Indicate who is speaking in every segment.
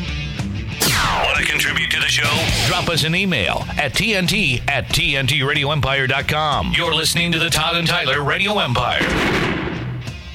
Speaker 1: Want to contribute to the show? Drop us an email at TNT at TNTRadioEmpire.com. You're listening to the Todd and Tyler Radio Empire.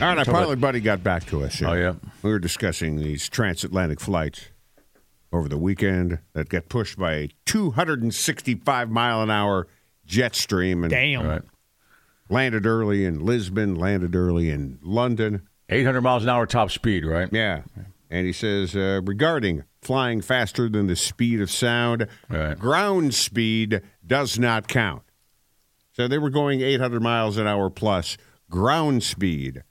Speaker 2: All right, our pilot buddy got back to us.
Speaker 3: Oh, yeah.
Speaker 2: We were discussing these transatlantic flights over the weekend that got pushed by a 265 mile an hour jet stream and
Speaker 4: Damn.
Speaker 3: Right.
Speaker 2: landed early in Lisbon, landed early in London.
Speaker 3: 800 miles an hour top speed, right?
Speaker 2: Yeah. And he says uh, regarding flying faster than the speed of sound,
Speaker 3: Right.
Speaker 2: ground speed does not count. So they were going 800 miles an hour plus ground speed.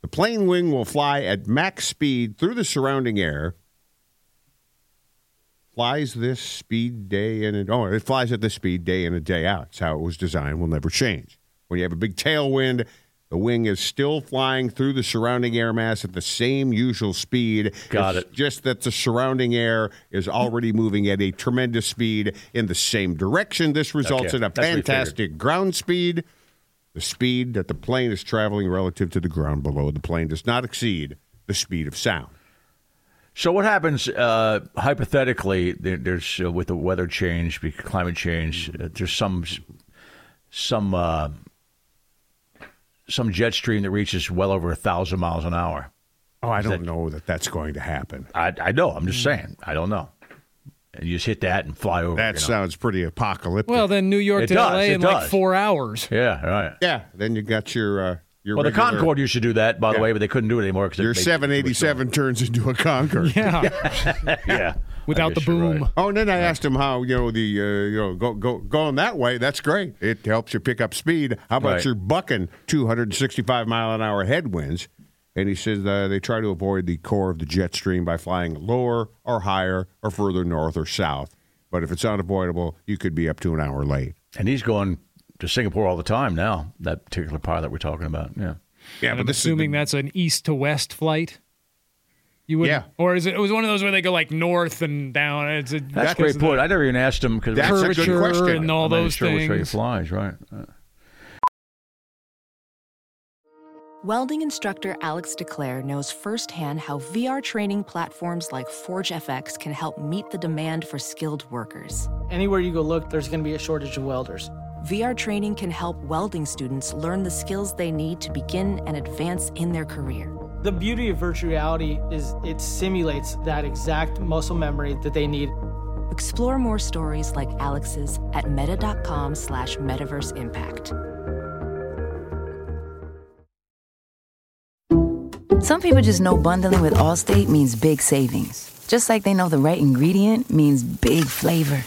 Speaker 2: The plane wing will fly at max speed through the surrounding air. Flies this speed day in and oh, it flies at this speed day in and day out. It's how it was designed. Will never change. When you have a big tailwind, the wing is still flying through the surrounding air mass at the same usual speed.
Speaker 3: Got
Speaker 2: It's
Speaker 3: it.
Speaker 2: Just that the surrounding air is already moving at a tremendous speed in the same direction. This results
Speaker 3: Okay.
Speaker 2: in a
Speaker 3: That's what we figured.
Speaker 2: fantastic ground speed. The speed that the plane is traveling relative to the ground below the plane does not exceed the speed of sound.
Speaker 3: So what happens uh, hypothetically? There, there's uh, with the weather change, bec- climate change. Uh, there's some some uh, some jet stream that reaches well over a thousand miles an hour.
Speaker 2: Oh, I don't know that that's going to happen.
Speaker 3: I, I know. I'm just saying. I don't know. And you just hit that and fly over.
Speaker 2: That
Speaker 3: you know?
Speaker 2: sounds pretty apocalyptic.
Speaker 4: Well, then New York
Speaker 3: It
Speaker 4: to
Speaker 3: does,
Speaker 4: LA
Speaker 3: it
Speaker 4: in like
Speaker 3: does.
Speaker 4: four hours.
Speaker 3: yeah, right.
Speaker 2: yeah, then you got your uh, your
Speaker 3: Well, the
Speaker 2: regular-
Speaker 3: Concorde used to do that, by the way, but they couldn't do it anymore because
Speaker 2: Your 787 turns into a Concorde.
Speaker 4: Yeah.
Speaker 3: Yeah, I
Speaker 4: Without the
Speaker 3: guess you're
Speaker 4: boom.
Speaker 3: right.
Speaker 2: Oh, and then I asked him how you know the uh, you know go go going that way. That's great. It helps you pick up speed. How about
Speaker 3: Right.
Speaker 2: you're bucking 265 mile an hour headwinds? And he says uh, they try to avoid the core of the jet stream by flying lower or higher or further north or south. But if it's unavoidable, you could be up to an hour late.
Speaker 3: And he's going to Singapore all the time now. That particular pilot we're talking about. Yeah.
Speaker 2: Yeah,
Speaker 4: I'm assuming that's an east to west flight. You would,
Speaker 2: Yeah.
Speaker 4: or is it? It was one of those where they go like north and down. It's a,
Speaker 3: That's a great point. I never even asked him because
Speaker 2: That's a good
Speaker 4: curvature
Speaker 2: question.
Speaker 4: and all
Speaker 3: I'm not even
Speaker 4: those
Speaker 3: sure which way he
Speaker 4: things.
Speaker 3: flies, right? Uh,
Speaker 5: Welding instructor Alex DeClaire knows firsthand how VR training platforms like ForgeFX can help meet the demand for skilled workers.
Speaker 6: Anywhere you go look, there's going to be a shortage of welders.
Speaker 5: VR training can help welding students learn the skills they need to begin and advance in their career.
Speaker 6: The beauty of virtual reality is it simulates that exact muscle memory that they need.
Speaker 5: Explore more stories like Alex's at meta.com slash metaverse impact.
Speaker 7: Some people just know bundling with Allstate means big savings. Just like they know the right ingredient means big flavor.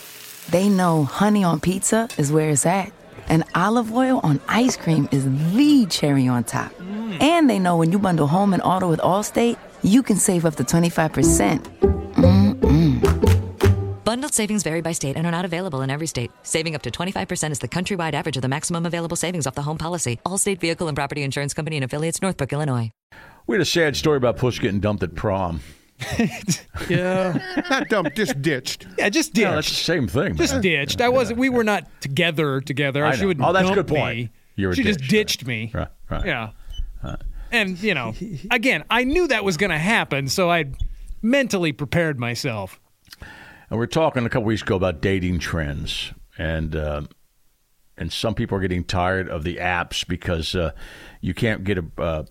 Speaker 7: They know honey on pizza is where it's at, and olive oil on ice cream is the cherry on top. And they know when you bundle home and auto with Allstate, you can save up to 25%.
Speaker 8: Bundled savings vary by state and are not available in every state. Saving up to 25% is the countrywide average of the maximum available savings off the home policy. All state vehicle and property insurance company and affiliates, Northbrook, Illinois.
Speaker 3: we had a sad story about Push getting dumped at prom.
Speaker 4: yeah,
Speaker 2: not dumb, just ditched.
Speaker 4: yeah, just
Speaker 3: Yeah, that's the
Speaker 4: ditched.
Speaker 3: same thing.
Speaker 4: just
Speaker 3: man.
Speaker 4: ditched. I wasn't. We were not together. Together.
Speaker 3: I
Speaker 4: she
Speaker 3: know.
Speaker 4: would.
Speaker 3: Oh, that's a
Speaker 4: dump
Speaker 3: good point.
Speaker 4: me.
Speaker 3: You were
Speaker 4: she just
Speaker 3: ditched,
Speaker 4: ditched me.
Speaker 3: Right, right.
Speaker 4: Yeah. And you know, again, I knew that was going to happen, so I mentally prepared myself.
Speaker 3: And we are talking a couple weeks ago about dating trends, and uh, and some people are getting tired of the apps because uh, you can't get a uh,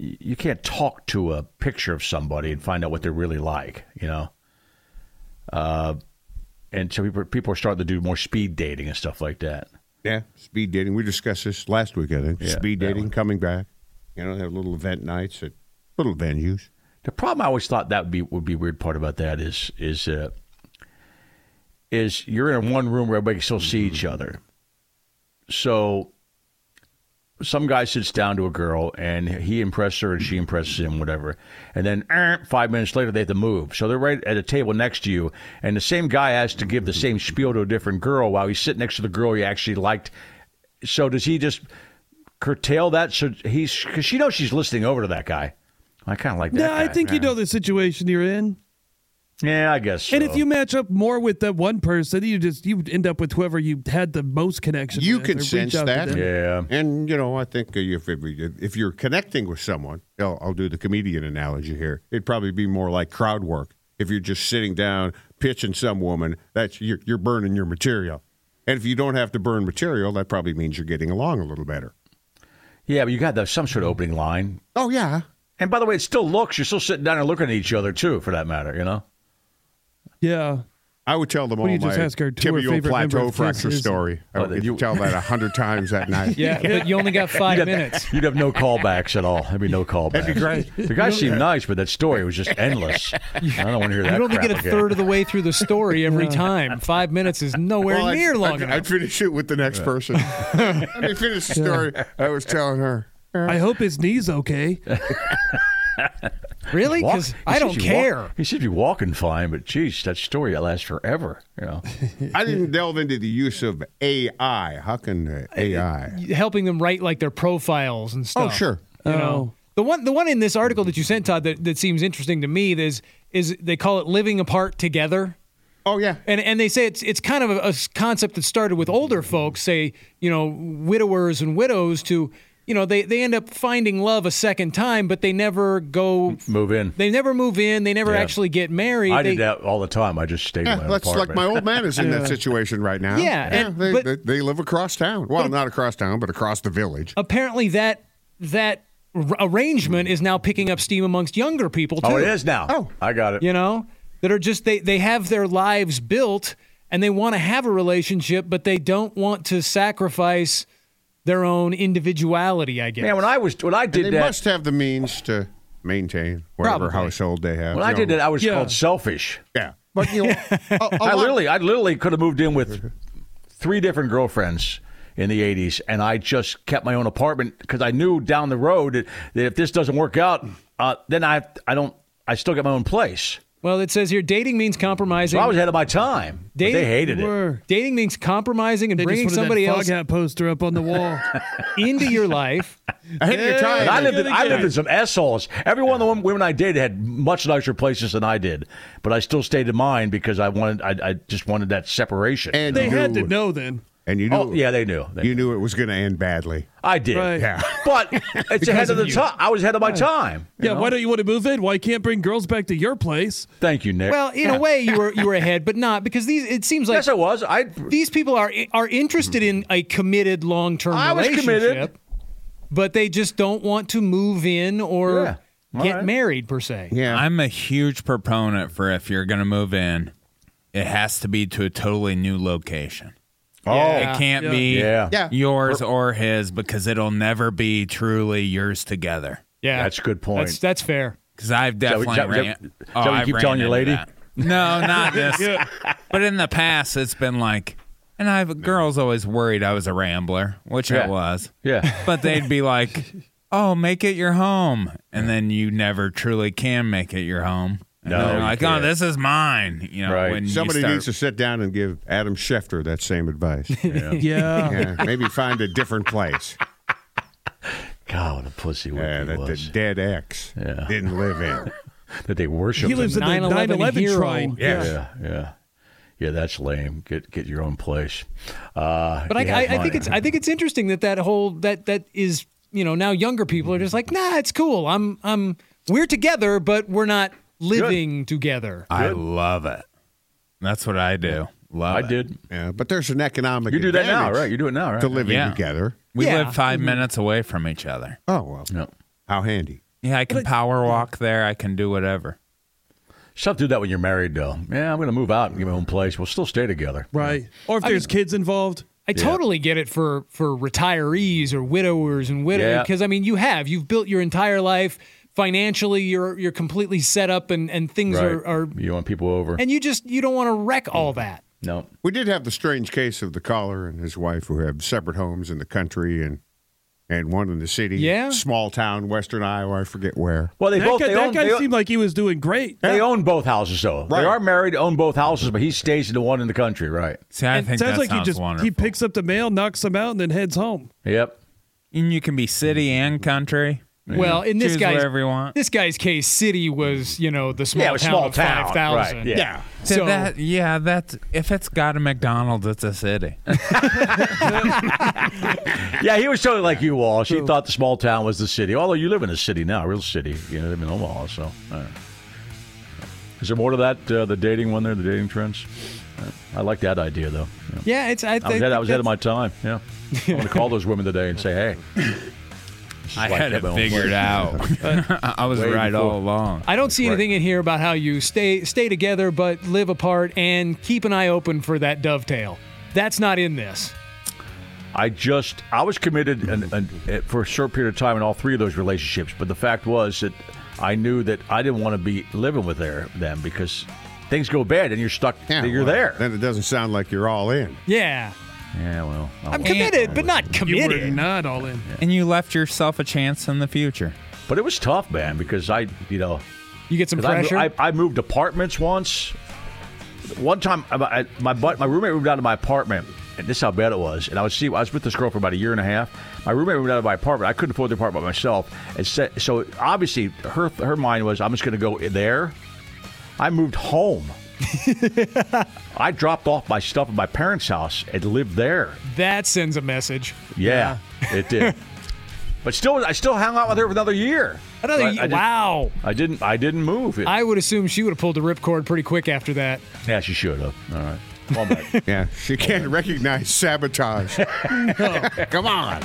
Speaker 3: y- you can't talk to a picture of somebody and find out what they're really like, you know. Uh, and so people people are starting to do more speed dating and stuff like that.
Speaker 2: Yeah, speed dating. We discussed this last week, I think.
Speaker 3: Yeah,
Speaker 2: speed
Speaker 3: that
Speaker 2: dating,
Speaker 3: one.
Speaker 2: coming back. You know, they have little event nights at little venues.
Speaker 3: The problem I always thought that would be would be weird part about that is is uh, is you're in one room where everybody can still see each other. So some guy sits down to a girl and he impresses her and she impresses him, whatever. And then er, five minutes later they have to move. So they're right at a table next to you, and the same guy has to give the same spiel to a different girl while he's sitting next to the girl he actually liked. So does he just curtail that? So he's because she knows she's listening over to that guy. I kind of like that.
Speaker 9: No, I
Speaker 3: guy.
Speaker 9: think you know the situation you're in.
Speaker 3: Yeah, I guess.
Speaker 9: And
Speaker 3: so.
Speaker 9: if you match up more with that one person, you just you end up with whoever you had the most connection.
Speaker 2: You
Speaker 9: with,
Speaker 2: can
Speaker 9: or reach
Speaker 2: sense
Speaker 9: out to
Speaker 2: that.
Speaker 9: them.
Speaker 3: yeah,
Speaker 2: And you know, I think uh, if if we- if you're connecting with someone, I'll, I'll do the comedian analogy here. It'd probably be more like crowd work. If you're just sitting down pitching some woman, that's you're, you're burning your material. And if you don't have to burn material, that probably means you're getting along a little better.
Speaker 3: yeah, but you got the, some sort of opening line.
Speaker 2: Oh yeah,
Speaker 3: And by the way, it still looks. You're still sitting down and looking at each other too, for that matter. You know.
Speaker 9: Yeah.
Speaker 2: I would tell them
Speaker 9: Well,
Speaker 2: all
Speaker 9: you just
Speaker 2: my
Speaker 9: ask her to her
Speaker 2: tibial
Speaker 9: favorite member
Speaker 2: plateau
Speaker 9: of Kiss
Speaker 2: fracture
Speaker 9: is-
Speaker 2: story. I
Speaker 3: Oh,
Speaker 2: would
Speaker 3: then
Speaker 2: get to
Speaker 3: you-
Speaker 2: tell that a hundred times that night.
Speaker 4: Yeah, but you only got five
Speaker 3: You'd have-
Speaker 4: minutes.
Speaker 3: You'd have no callbacks at all. There'd be no callbacks. That'd be great. The guy seemed nice, but that story was just endless. I don't want to hear that.
Speaker 4: You don't
Speaker 3: crap
Speaker 4: get a
Speaker 3: again.
Speaker 4: third of the way through the story every time. Five minutes is nowhere
Speaker 2: Well, I'd-
Speaker 4: near long
Speaker 2: I'd,
Speaker 4: enough.
Speaker 2: I'd finish it with the next person. Let me finish the story I was telling her.
Speaker 9: I hope his knee's okay.
Speaker 4: really?
Speaker 3: Walk-
Speaker 4: Because
Speaker 3: he
Speaker 4: I
Speaker 3: seems
Speaker 4: don't
Speaker 3: to be walk-
Speaker 4: care.
Speaker 3: he seems to be walking fine, but geez, that story that lasts forever. You know.
Speaker 2: I didn't delve into the use of AI. How can uh, AI?
Speaker 4: Helping them write like their profiles and
Speaker 2: Oh,
Speaker 4: stuff.
Speaker 2: sure.
Speaker 4: You know? The one, the one in this article that you sent, Todd, that, that seems interesting to me is is they call it living apart together.
Speaker 2: Oh, yeah.
Speaker 4: And and they say it's it's kind of a, a s- concept that started with older folks, say you know widowers and widows, to you know they they end up finding love a second time, but they never go.
Speaker 3: Move in.
Speaker 4: They never move in. They never
Speaker 3: Yeah.
Speaker 4: actually get married.
Speaker 3: I
Speaker 4: they,
Speaker 3: did that all the time. I just stayed in my
Speaker 2: Yeah,
Speaker 3: own
Speaker 2: that's like
Speaker 3: apartment.
Speaker 2: my old man is in that situation right now.
Speaker 4: Yeah, and-
Speaker 2: they,
Speaker 4: but-
Speaker 2: they, they live across town. Well, not across town, but across the village.
Speaker 4: apparently that that r- arrangement is now picking up steam amongst younger people too.
Speaker 3: Oh, it is now.
Speaker 2: Oh.
Speaker 3: I got it.
Speaker 4: You know, that are just they they have their lives built and they want to have a relationship, but they don't want to sacrifice their own individuality. I guess.
Speaker 3: Man, when I was when I
Speaker 2: And
Speaker 3: did
Speaker 2: they
Speaker 3: that,
Speaker 2: must have the means to maintain whatever
Speaker 4: Probably.
Speaker 2: household they have.
Speaker 3: when I
Speaker 2: You
Speaker 3: did
Speaker 2: know,
Speaker 3: that, I was
Speaker 9: Yeah.
Speaker 3: called selfish.
Speaker 2: Yeah. But, you know, a, a
Speaker 3: I
Speaker 2: lot-
Speaker 3: literally, I literally could have moved in with three different girlfriends in the '80s, and I just kept my own apartment because I knew down the road that, that if this doesn't work out, uh, then I, I don't, I still get my own place.
Speaker 4: well, it says here dating means compromising.
Speaker 3: So I was ahead of my time. But
Speaker 4: Dating-
Speaker 3: they hated it.
Speaker 9: Were.
Speaker 4: dating means compromising and
Speaker 9: They
Speaker 4: bringing
Speaker 9: just wanted
Speaker 4: somebody
Speaker 9: that
Speaker 4: else
Speaker 9: Foghat poster up on the wall.
Speaker 4: into your life.
Speaker 2: ahead of your
Speaker 3: And
Speaker 2: time.
Speaker 3: I lived, in,
Speaker 9: good
Speaker 3: I lived
Speaker 9: again.
Speaker 3: in some assholes. Every one of the women- women I dated had much nicer places than I did, but I still stayed in mine because I wanted, I, I just wanted that separation.
Speaker 2: and
Speaker 9: they
Speaker 2: you
Speaker 9: had
Speaker 2: knew,
Speaker 9: to know then.
Speaker 2: And you knew,
Speaker 3: oh, yeah, they knew. They
Speaker 2: you knew it was going to end badly.
Speaker 3: I did.
Speaker 9: Right.
Speaker 2: Yeah.
Speaker 3: But it's ahead of the time. I was ahead of my time.
Speaker 9: Yeah, why don't you want to move in? Why you can't bring girls back to your place?
Speaker 3: Thank you, Nick.
Speaker 4: Well, in a way, you were you were ahead, but not because these. It seems like
Speaker 3: yes, I was. I
Speaker 4: these people are are interested in a committed long term
Speaker 3: I was
Speaker 4: relationship,
Speaker 3: committed.
Speaker 4: but they just don't want to move in or
Speaker 3: Yeah. All
Speaker 4: get
Speaker 3: right.
Speaker 4: married per se.
Speaker 2: Yeah.
Speaker 10: I'm a huge proponent for if you're going to move in, it has to be to a totally new location.
Speaker 2: oh,
Speaker 10: It can't be
Speaker 3: Yeah.
Speaker 2: Yeah.
Speaker 10: yours or his because it'll never be truly yours together.
Speaker 4: Yeah,
Speaker 3: That's a good point.
Speaker 4: That's that's fair.
Speaker 10: Because I've
Speaker 3: that what-
Speaker 10: definitely
Speaker 3: is that-
Speaker 10: ran.
Speaker 3: is that what you
Speaker 10: I've
Speaker 3: keep
Speaker 10: ran
Speaker 3: telling your
Speaker 10: into
Speaker 3: lady?
Speaker 10: that. No, not this. But in the past, it's been like, and I've girls always worried I was a rambler, which
Speaker 3: Yeah.
Speaker 10: I was.
Speaker 3: yeah.
Speaker 10: But they'd be like, "Oh, make it your home," and then you never truly can make it your home. And
Speaker 3: No,
Speaker 10: they're
Speaker 3: you
Speaker 10: like,
Speaker 3: can't.
Speaker 10: "Oh, this is mine." You know,
Speaker 3: Right.
Speaker 10: when you
Speaker 2: Somebody
Speaker 10: start-
Speaker 2: needs to sit down and give Adam Schefter that same advice.
Speaker 9: Yeah.
Speaker 2: yeah, maybe find a different place.
Speaker 3: God, what a pussy whip
Speaker 2: Yeah,
Speaker 3: he
Speaker 2: that the
Speaker 3: was.
Speaker 2: dead ex didn't live in.
Speaker 3: that they worship.
Speaker 9: He lives in the
Speaker 4: 9/11
Speaker 9: 9/11
Speaker 4: hero.
Speaker 9: shrine.
Speaker 2: Yes.
Speaker 3: Yeah, yeah, yeah. That's lame. Get get your own place. Uh,
Speaker 4: But I,
Speaker 3: you
Speaker 4: I,
Speaker 3: have
Speaker 4: I think
Speaker 3: mine.
Speaker 4: it's I think it's interesting that that whole that that is you know now younger people are just like nah it's cool I'm I'm we're together but we're not living together.
Speaker 10: I love it. That's what I do. Love
Speaker 3: I
Speaker 10: it.
Speaker 3: did.
Speaker 2: Yeah, but there's an economic.
Speaker 3: You do that now,
Speaker 2: advantage
Speaker 3: right? You do it now, right?
Speaker 2: To living
Speaker 10: Yeah.
Speaker 2: together.
Speaker 10: We
Speaker 4: Yeah.
Speaker 10: live 5 minutes away from each other.
Speaker 2: Oh well,
Speaker 3: No.
Speaker 2: how handy.
Speaker 10: Yeah, I can power walk there. I can do whatever.
Speaker 3: Stuff do that when you're married, though. Yeah, I'm going to move out and get my own place. We'll still stay together.
Speaker 9: Right. Or if
Speaker 4: I
Speaker 9: there's kids involved.
Speaker 4: I totally get it for for retirees or widowers and widows
Speaker 3: Yeah.
Speaker 4: because I mean you have you've built your entire life financially you're you're completely set up and and things are, are
Speaker 3: you want people over?
Speaker 4: and you just you don't want to wreck
Speaker 3: Mm.
Speaker 4: all that.
Speaker 3: No.
Speaker 2: We did have the strange case of the caller and his wife who have separate homes in the country and and one in the city.
Speaker 4: Yeah.
Speaker 2: Small town, western Iowa, I forget where.
Speaker 3: Well, they
Speaker 9: that
Speaker 3: both
Speaker 9: guy,
Speaker 3: they
Speaker 9: that
Speaker 3: own,
Speaker 9: guy
Speaker 3: they own-
Speaker 9: seemed like he was doing great.
Speaker 3: They own both houses, though.
Speaker 2: Right.
Speaker 3: They are married, own both houses, but he stays in the one in the country, right?
Speaker 10: See, I think
Speaker 9: sounds
Speaker 10: that
Speaker 9: like he
Speaker 10: sounds
Speaker 9: just
Speaker 10: wonderful.
Speaker 9: he picks up the mail, knocks him out, and then heads home.
Speaker 3: Yep.
Speaker 10: and you can be city and country.
Speaker 4: Well, in this
Speaker 10: Choose
Speaker 4: guy's
Speaker 10: whatever you want.
Speaker 4: this guy's case, city was you know the small
Speaker 3: Yeah, it was
Speaker 4: town
Speaker 3: small
Speaker 4: of
Speaker 3: town,
Speaker 4: five thousand.
Speaker 3: right, yeah. Yeah.
Speaker 10: So
Speaker 4: So-
Speaker 10: that, yeah, that's if it's got a McDonald's, it's a city.
Speaker 3: Yeah, he was totally like you, Walsh. He thought the small town was the city. Although you live in a city now, a real city. You know, live in Omaha. So, all right. is there more to that? Uh, the dating one there, the dating trends. Uh, I like that idea though. Yeah.
Speaker 4: Yeah, it's
Speaker 3: I
Speaker 4: I,
Speaker 3: was,
Speaker 4: I-
Speaker 3: ahead, I was ahead of my time. Yeah, I'm gonna call those women today and say, "Hey, this is
Speaker 10: I
Speaker 3: why
Speaker 10: had it
Speaker 3: kept my own
Speaker 10: figured
Speaker 3: place.
Speaker 10: out. I was
Speaker 3: Way
Speaker 10: right all
Speaker 3: before.
Speaker 10: along.
Speaker 4: I don't see anything in here about how you stay stay together but live apart and keep an eye open for that dovetail. That's not in this.
Speaker 3: I just I was committed and, and, and for a short period of time in all three of those relationships, but the fact was that I knew that I didn't want to be living with their, them because things go bad and you're stuck. you're
Speaker 2: well,
Speaker 3: there.
Speaker 2: Then it doesn't sound like you're all in.
Speaker 4: Yeah.
Speaker 3: yeah, well, I
Speaker 4: I'm
Speaker 3: won't.
Speaker 4: committed, but not
Speaker 9: You were
Speaker 4: committed.
Speaker 9: not all in.
Speaker 10: And you left yourself a chance in the future.
Speaker 3: but it was tough, man, because I you know
Speaker 4: You get some
Speaker 3: 'Cause I mo-
Speaker 4: pressure.
Speaker 3: I, I, moved apartments once. One time, I, I, my butt, my roommate moved out of my apartment, and this is how bad it was. And I was see, I was with this girl for about a year and a half. My roommate moved out of my apartment. I couldn't afford the apartment by myself, and sa- so obviously her her mind was, I'm just going to go there. I moved home. I dropped off my stuff at my parents' house and lived there.
Speaker 4: that sends a message.
Speaker 3: Yeah, it did. But still, I still hung out with her for another year.
Speaker 4: Another
Speaker 3: I- I
Speaker 4: ye-
Speaker 3: just-
Speaker 4: wow.
Speaker 3: I didn't. I didn't move. It,
Speaker 4: I would assume she would have pulled the ripcord pretty quick after that.
Speaker 3: yeah, she should have. All right. Well, back.
Speaker 2: Yeah. She can't recognize sabotage. Come on.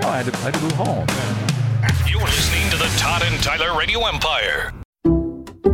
Speaker 3: No, I had to, I had to move home.
Speaker 1: You're listening to the Todd and Tyler Radio Empire.